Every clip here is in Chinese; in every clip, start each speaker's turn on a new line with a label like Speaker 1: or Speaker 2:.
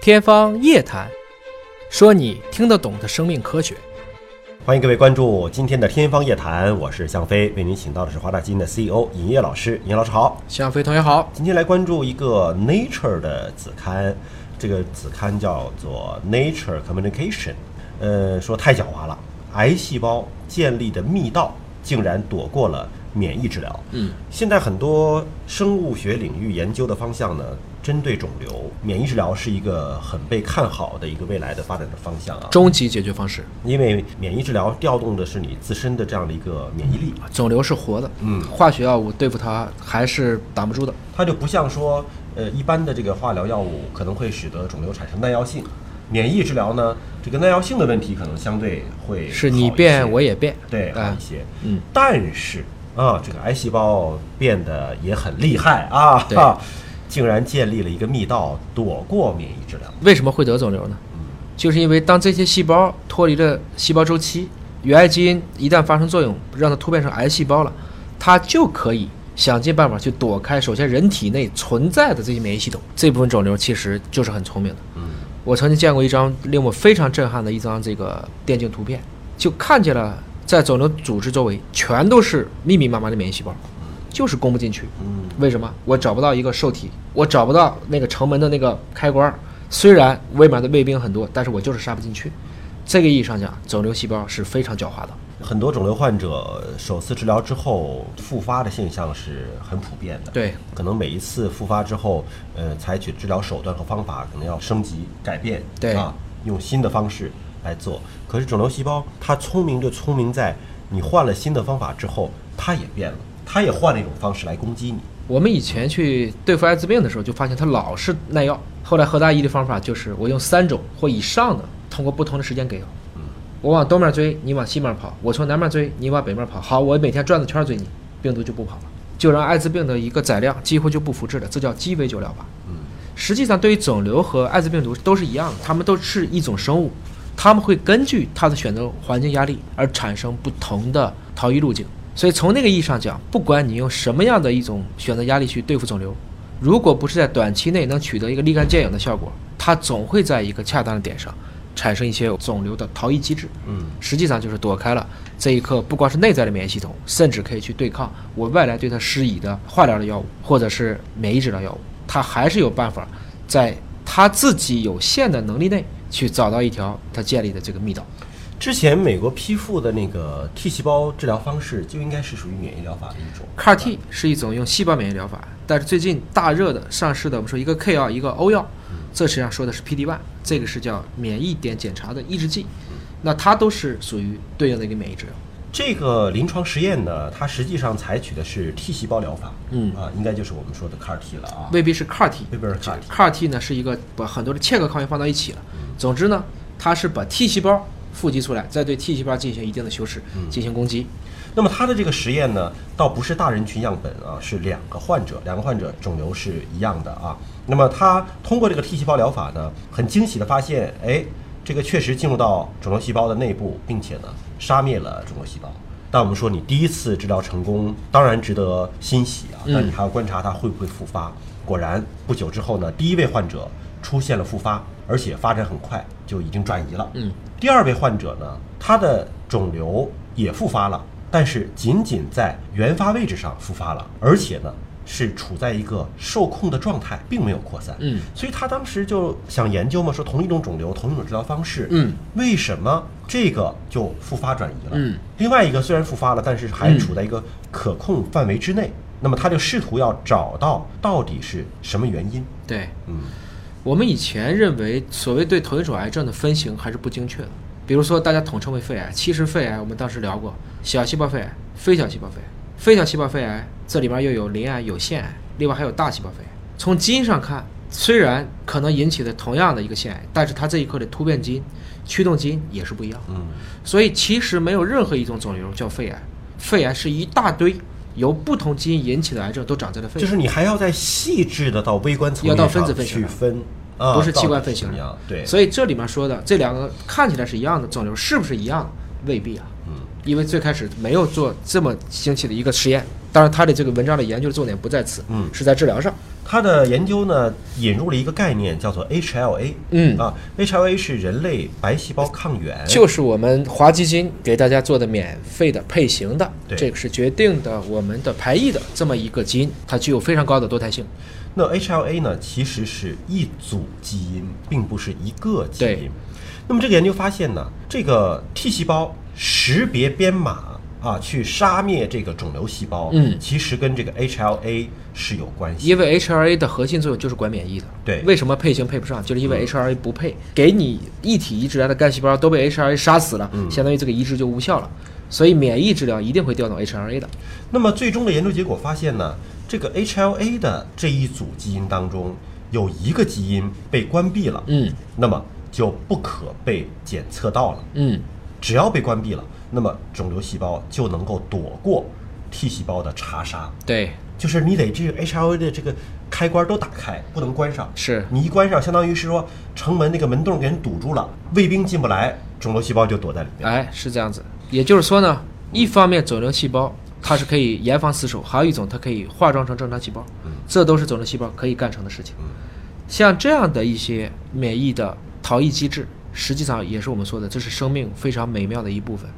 Speaker 1: 天方夜谭，说你听得懂的生命科学。
Speaker 2: 欢迎各位关注今天的《天方夜谭》，我是向飞，为您请到的是华大基因的 CEO 尹烨老师。尹烨老师好，
Speaker 1: 向飞同学好，
Speaker 2: 今天来关注一个 Nature 的子刊，这个子刊叫做 Nature Communication，呃，说太狡猾了，癌细胞建立的密道竟然躲过了免疫治疗。
Speaker 1: 嗯，
Speaker 2: 现在很多生物学领域研究的方向呢，针对肿瘤，免疫治疗是一个很被看好的一个未来的发展的方向啊。
Speaker 1: 终极解决方式，
Speaker 2: 因为免疫治疗调动的是你自身的这样的一个免疫力，
Speaker 1: 肿瘤是活的，
Speaker 2: 嗯
Speaker 1: 化学药物对付它还是挡不住的。
Speaker 2: 它就不像说，呃，一般的这个化疗药物可能会使得肿瘤产生耐药性，免疫治疗呢，这个耐药性的问题可能相对会
Speaker 1: 是
Speaker 2: 好
Speaker 1: 你
Speaker 2: 一些
Speaker 1: 变我也变，
Speaker 2: 对好
Speaker 1: 啊
Speaker 2: 一，些，
Speaker 1: 嗯，
Speaker 2: 但是啊，这个癌细胞变得也很厉害啊，
Speaker 1: 对
Speaker 2: 哈 竟然建立了一个密道躲过免疫治疗，
Speaker 1: 为什么会得肿瘤呢？
Speaker 2: 嗯
Speaker 1: 就是因为当这些细胞脱离了细胞周期，原爱基因一旦发生作用，让它突变成癌细胞了，它就可以想尽办法去躲开首先人体内存在的这些免疫系统。这部分肿瘤其实就是很聪明的。
Speaker 2: 嗯，
Speaker 1: 我曾经见过一张令我非常震撼的一张这个电竞图片，就看见了在肿瘤组织周围全都是密密麻麻的免疫细胞，就是攻不进去。
Speaker 2: 嗯，
Speaker 1: 为什么？我找不到一个受体，我找不到那个城门的那个开关儿。虽然外面的卫兵很多，但是我就是杀不进去。这个意义上讲，肿瘤细胞是非常狡猾的。
Speaker 2: 很多肿瘤患者首次治疗之后复发的现象是很普遍的。
Speaker 1: 对，
Speaker 2: 可能每一次复发之后，呃，采取治疗手段和方法可能要升级改变，
Speaker 1: 对
Speaker 2: 啊，用新的方式来做。可是肿瘤细胞它聪明就聪明在，你换了新的方法之后，它也变了，它也换了一种方式来攻击你。
Speaker 1: 我们以前去对付艾滋病的时候，就发现它老是耐药。后来何大一的方法就是，我用三种或以上的，通过不同的时间给药。我往东面追，你往西面跑；我从南面追，你往北面跑。好，我每天转着圈追你，病毒就不跑了，就让艾滋病的一个载量几乎就不复制了，这叫鸡尾酒疗法。实际上，对于肿瘤和艾滋病毒都是一样的，它们都是一种生物，它们会根据它的选择环境压力而产生不同的逃逸路径。所以从那个意义上讲，不管你用什么样的一种选择压力去对付肿瘤，如果不是在短期内能取得一个立竿见影的效果，它总会在一个恰当的点上产生一些肿瘤的逃逸机制。
Speaker 2: 嗯，
Speaker 1: 实际上就是躲开了这一刻，不光是内在的免疫系统，甚至可以去对抗我外来对它施以的化疗的药物或者是免疫治疗药物，它还是有办法在它自己有限的能力内去找到一条它建立的这个密道。
Speaker 2: 之前美国批复的那个 T 细胞治疗方式就应该是属于免疫疗法的一种。
Speaker 1: CAR T 是一种用细胞免疫疗法，但是最近大热的上市的，我们说一个 K 药，一个 O 药，这实际上说的是 PD-1，这个是叫免疫点检查的抑制剂，那它都是属于对应的一个免疫治疗。
Speaker 2: 这个临床实验呢，它实际上采取的是 T 细胞疗法，
Speaker 1: 嗯
Speaker 2: 啊，应该就是我们说的 CAR T 了啊，
Speaker 1: 未必是 CAR T，
Speaker 2: 贝贝尔 CAR T，
Speaker 1: CAR T 呢是一个把很多的嵌合抗原放到一起了。总之呢，它是把 T 细胞富集出来，再对 T 细胞进行一定的修饰，进行攻击。
Speaker 2: 那么它的这个实验呢，倒不是大人群样本啊，是两个患者，两个患者肿瘤是一样的啊。那么他通过这个 T 细胞疗法呢，很惊喜的发现，哎，这个确实进入到肿瘤细胞的内部，并且呢，杀灭了肿瘤细胞。但我们说你第一次治疗成功，当然值得欣喜啊，但你还要观察它会不会复发。果然，不久之后呢，第一位患者出现了复发，而且发展很快，就已经转移了。
Speaker 1: 嗯，
Speaker 2: 第二位患者呢，他的肿瘤也复发了，但是仅仅在原发位置上复发了，而且呢是处在一个受控的状态，并没有扩散。
Speaker 1: 嗯，
Speaker 2: 所以他当时就想研究嘛，说同一种肿瘤，同一种治疗方式，
Speaker 1: 嗯，
Speaker 2: 为什么这个就复发转移了？
Speaker 1: 嗯，
Speaker 2: 另外一个虽然复发了，但是还处在一个可控范围之内。那么他就试图要找到到底是什么原因。
Speaker 1: 对
Speaker 2: 嗯
Speaker 1: 我们以前认为，所谓对同一种癌症的分型还是不精确的。比如说，大家统称为肺癌，其实肺癌我们当时聊过，小细胞肺癌、非小细胞肺癌、非小细胞肺癌，这里面又有鳞癌、有腺癌，另外还有大细胞肺癌。从基因上看，虽然可能引起的同样的一个腺癌，但是它这一刻的突变基因、驱动基因也是不一样的。
Speaker 2: 嗯
Speaker 1: 所以其实没有任何一种肿瘤叫肺癌，肺癌是一大堆由不同基因引起的癌症都长在了肺
Speaker 2: 就
Speaker 1: 里。
Speaker 2: 是你还要再细致的到微观层面
Speaker 1: 要到分子分型
Speaker 2: 去分，啊、
Speaker 1: 不是器官分型
Speaker 2: 型样，对，
Speaker 1: 所以这里面说的这两个看起来是一样的肿瘤，是不是一样的？未必啊。
Speaker 2: 嗯，
Speaker 1: 因为最开始没有做这么精细的一个实验，当然，他的这个文章的研究的重点不在此，
Speaker 2: 嗯
Speaker 1: 是在治疗上。
Speaker 2: 他的研究呢，引入了一个概念，叫做 HLA。
Speaker 1: 嗯
Speaker 2: 啊，HLA 是人类白细胞抗原。
Speaker 1: 就是我们华基金给大家做的免费的配型的，
Speaker 2: 对
Speaker 1: 这个是决定的我们的排异的这么一个基因，它具有非常高的多态性。
Speaker 2: 那 HLA 呢，其实是一组基因，并不是一个基因
Speaker 1: 对。
Speaker 2: 那么这个研究发现呢，这个 T 细胞识别编码啊，去杀灭这个肿瘤细胞，
Speaker 1: 嗯
Speaker 2: 其实跟这个 HLA 是有关系。
Speaker 1: 因为 HLA 的核心作用就是管免疫的。
Speaker 2: 对
Speaker 1: 为什么配型配不上？就是因为 HLA 不配，给你一体移植来的干细胞都被 HLA 杀死了，相当于这个移植就无效了。所以免疫治疗一定会调动 HLA 的。
Speaker 2: 那么最终的研究结果发现呢，这个 HLA 的这一组基因当中有一个基因被关闭了，
Speaker 1: 嗯
Speaker 2: 那么就不可被检测到了。
Speaker 1: 嗯，
Speaker 2: 只要被关闭了，那么肿瘤细胞就能够躲过 T 细胞的查杀。
Speaker 1: 对，
Speaker 2: 就是你得这个 HLA 的这个开关都打开，不能关上。
Speaker 1: 是
Speaker 2: 你一关上，相当于是说城门那个门洞给人堵住了，卫兵进不来，肿瘤细胞就躲在里面。
Speaker 1: 哎，是这样子。也就是说呢，一方面肿瘤细胞它是可以严防死守，还有一种它可以化妆成正常细胞，这都是肿瘤细胞可以干成的事情。像这样的一些免疫的逃逸机制，实际上也是我们说的，这是生命非常美妙的一部分。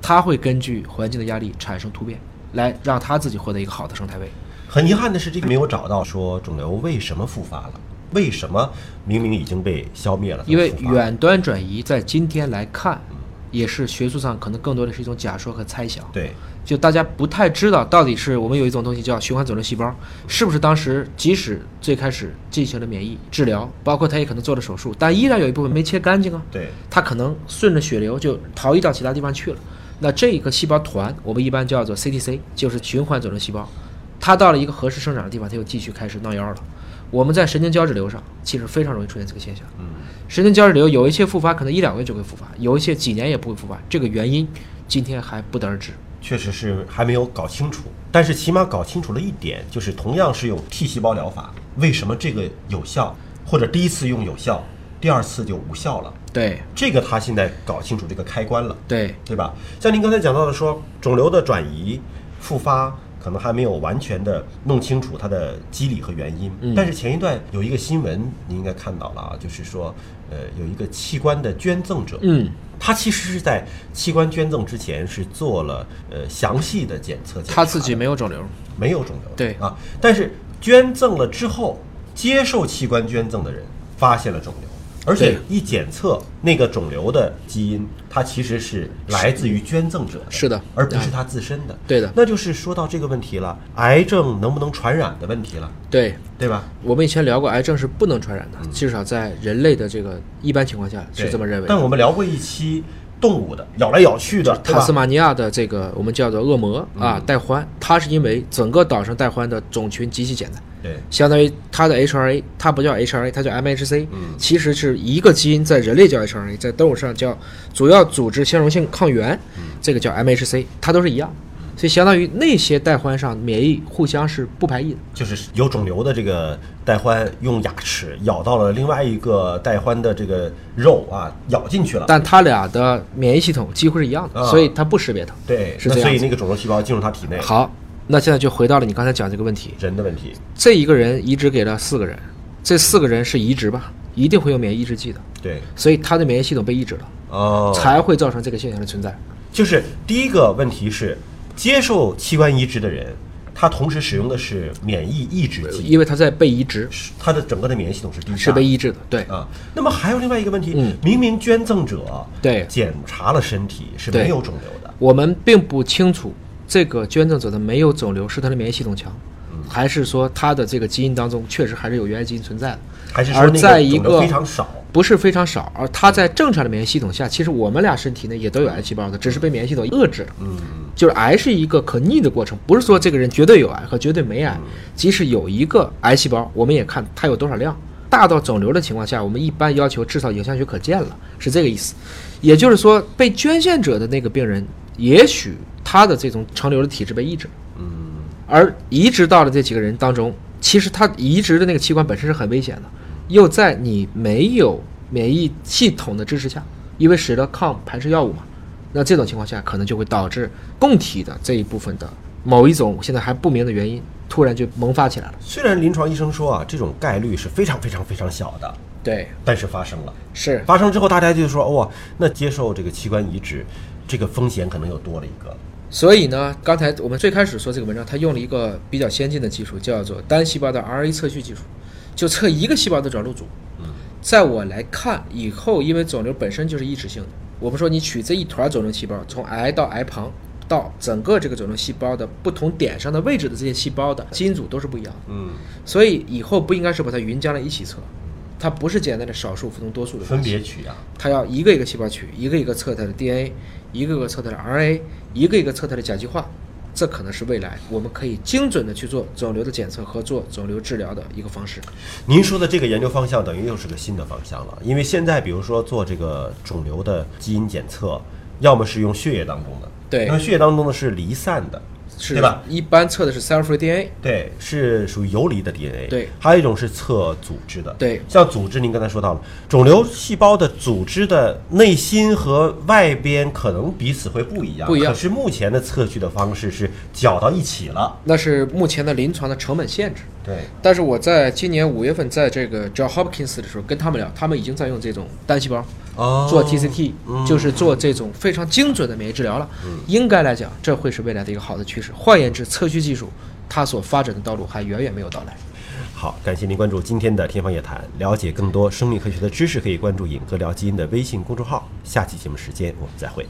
Speaker 1: 它会根据环境的压力产生突变，来让它自己获得一个好的生态位。
Speaker 2: 很遗憾的是，这个没有找到说肿瘤为什么复发了，为什么明明已经被消灭了，它
Speaker 1: 因为
Speaker 2: 复发了
Speaker 1: 远端转移在今天来看，也是学术上可能更多的是一种假说和猜想。
Speaker 2: 对
Speaker 1: 就大家不太知道到底是我们有一种东西叫循环肿瘤细胞，是不是当时即使最开始进行了免疫治疗，包括他也可能做了手术，但依然有一部分没切干净啊，
Speaker 2: 对
Speaker 1: 它可能顺着血流就逃逸到其他地方去了。那这个细胞团我们一般叫做 CTC，就是循环肿瘤细胞，它到了一个合适生长的地方，它又继续开始闹腰了。我们在神经胶质瘤上其实非常容易出现这个现象。神经胶质瘤有一些复发，可能一两个月就会复发，有一些几年也不会复发，这个原因今天还不得而知。
Speaker 2: 确实是还没有搞清楚，但是起码搞清楚了一点，就是同样是用 T 细胞疗法，为什么这个有效，或者第一次用有效，第二次就无效了？
Speaker 1: 对
Speaker 2: 这个他现在搞清楚这个开关了，
Speaker 1: 对，
Speaker 2: 对吧？像您刚才讲到的说，肿瘤的转移、复发，可能还没有完全的弄清楚它的机理和原因。
Speaker 1: 嗯
Speaker 2: 但是前一段有一个新闻，您应该看到了啊，就是说，呃，有一个器官的捐赠者，
Speaker 1: 嗯，
Speaker 2: 他其实是在器官捐赠之前是做了呃详细的检测检查的，
Speaker 1: 他自己没有肿瘤，
Speaker 2: 没有肿瘤的，
Speaker 1: 对
Speaker 2: 啊，但是捐赠了之后，接受器官捐赠的人发现了肿瘤，而且
Speaker 1: 对
Speaker 2: 一检测那个肿瘤的基因，它其实是来自于捐赠者的，
Speaker 1: 是的
Speaker 2: 而不是它自身的，
Speaker 1: 对的
Speaker 2: 那就是说到这个问题了，癌症能不能传染的问题了，
Speaker 1: 对。
Speaker 2: 对吧？
Speaker 1: 我们以前聊过，癌症是不能传染的，至少在人类的这个一般情况下是
Speaker 2: 嗯对
Speaker 1: 这么认为的。
Speaker 2: 但我们聊过一期动物的，咬来咬去的，对
Speaker 1: 塔
Speaker 2: 吧
Speaker 1: 斯？马尼亚的这个我们叫做恶魔
Speaker 2: 嗯
Speaker 1: 啊，带欢，它是因为整个岛上带欢的种群极其简单，
Speaker 2: 对，
Speaker 1: 相当于它的 HRA，它不叫 HRA，它叫 MHC，其
Speaker 2: 嗯
Speaker 1: 实是一个基因在人类叫 HRA，在动物上叫主要组织相容性抗原，
Speaker 2: 嗯
Speaker 1: 这个叫 MHC，它都是一样，所以相当于那些带欢上免疫互相是不排异的。
Speaker 2: 就是有肿瘤的这个带欢用牙齿咬到了另外一个带欢的这个肉啊，咬进去了。
Speaker 1: 但它俩的免疫系统几乎是一样的，
Speaker 2: 啊
Speaker 1: 所以它不识别它。
Speaker 2: 对，
Speaker 1: 是
Speaker 2: 那
Speaker 1: 这
Speaker 2: 所
Speaker 1: 样
Speaker 2: 以
Speaker 1: 子
Speaker 2: 那个肿瘤细胞进入他体内，
Speaker 1: 好，那现在就回到了你刚才讲这个问题，
Speaker 2: 人的问题，
Speaker 1: 这一个人移植给了四个人，这四个人是移植吧，一定会有免疫抑制剂的，
Speaker 2: 对，
Speaker 1: 所以他的免疫系统被抑制了，
Speaker 2: 哦，
Speaker 1: 才会造成这个现象的存在。
Speaker 2: 就是第一个问题是，接受器官移植的人，他同时使用的是免疫抑制剂，
Speaker 1: 因为他在被移植，
Speaker 2: 是他的整个的免疫系统是低
Speaker 1: 是
Speaker 2: 下
Speaker 1: 被
Speaker 2: 的
Speaker 1: 抑制的，对，
Speaker 2: 啊。那么还有另外一个问题，
Speaker 1: 嗯
Speaker 2: 明明捐赠者
Speaker 1: 对
Speaker 2: 检查了身体是
Speaker 1: 对
Speaker 2: 没有肿瘤的，
Speaker 1: 我们并不清楚这个捐赠者的没有肿瘤是他的免疫系统强，
Speaker 2: 嗯
Speaker 1: 还是说他的这个基因当中确实还是有原因基因存在的，
Speaker 2: 还是说
Speaker 1: 而
Speaker 2: 那
Speaker 1: 在
Speaker 2: 个
Speaker 1: 一
Speaker 2: 肿瘤
Speaker 1: 个
Speaker 2: 非常少？
Speaker 1: 不是非常少，而它在正常的免疫系统下，其实我们俩身体内也都有癌细胞的，只是被免疫系统遏制了。嗯，就是癌是一个可逆的过程，不是说这个人绝对有癌和绝对没癌，即使有一个癌细胞，我们也看它有多少量。大到肿瘤的情况下，我们一般要求至少影像学可见了，是这个意思。也就是说，被捐献者的那个病人，也许他的这种长瘤的体质被抑制了。而移植到了这几个人当中，其实他移植的那个器官本身是很危险的，又在你没有免疫系统的支持下，因为使得抗排斥药物嘛，那这种情况下可能就会导致供体的这一部分的某一种现在还不明的原因，突然就萌发起来了。
Speaker 2: 虽然临床医生说啊，这种概率是非常非常非常小的，
Speaker 1: 对，
Speaker 2: 但是发生了。
Speaker 1: 是
Speaker 2: 发生之后，大家就说哇，那接受这个器官移植，这个风险可能又多了一个。
Speaker 1: 所以呢，刚才我们最开始说这个文章，它用了一个比较先进的技术，叫做单细胞的 RNA 测序技术，就测一个细胞的转录组。
Speaker 2: 嗯
Speaker 1: 在我来看，以后因为肿瘤本身就是抑制性的，我们说你取这一团肿瘤细胞，从癌到癌旁到整个这个肿瘤细胞的不同点上的位置的这些细胞的基因组都是不一样的。
Speaker 2: 嗯，
Speaker 1: 所以以后不应该是把它匀将来一起测，它不是简单的少数服从多数的
Speaker 2: 分别取啊，
Speaker 1: 它要一个一个细胞取，一个一个测它的 DNA，一个个测它的 RNA，一个一个测它的甲基化。这可能是未来我们可以精准的去做肿瘤的检测和做肿瘤治疗的一个方式。
Speaker 2: 您说的这个研究方向等于又是个新的方向了，因为现在比如说做这个肿瘤的基因检测，要么是用血液当中的，
Speaker 1: 对
Speaker 2: 那么血液当中的是离散的，
Speaker 1: 是
Speaker 2: 对吧？
Speaker 1: 一般测的是 cell-free DNA，
Speaker 2: 对，是属于游离的 DNA，
Speaker 1: 对
Speaker 2: 还有一种是测组织的，
Speaker 1: 对
Speaker 2: 像组织您刚才说到了，肿瘤细胞的组织的内心和外边可能彼此会不一样，
Speaker 1: 不一样
Speaker 2: 可是目前的测序的方式是搅到一起了，
Speaker 1: 那是目前的临床的成本限制。
Speaker 2: 对，
Speaker 1: 但是我在今年五月份在这个 John Hopkins 的时候跟他们聊，他们已经在用这种单细胞
Speaker 2: 哦
Speaker 1: 做 TCT，、就是做这种非常精准的免疫治疗了。应该来讲，这会是未来的一个好的趋势。换言之，测序技术它所发展的道路还远远没有到来。
Speaker 2: 好，感谢您关注今天的《天方夜谭》，了解更多生命科学的知识，可以关注“尹哥聊基因”的微信公众号。下期节目时间我们再会。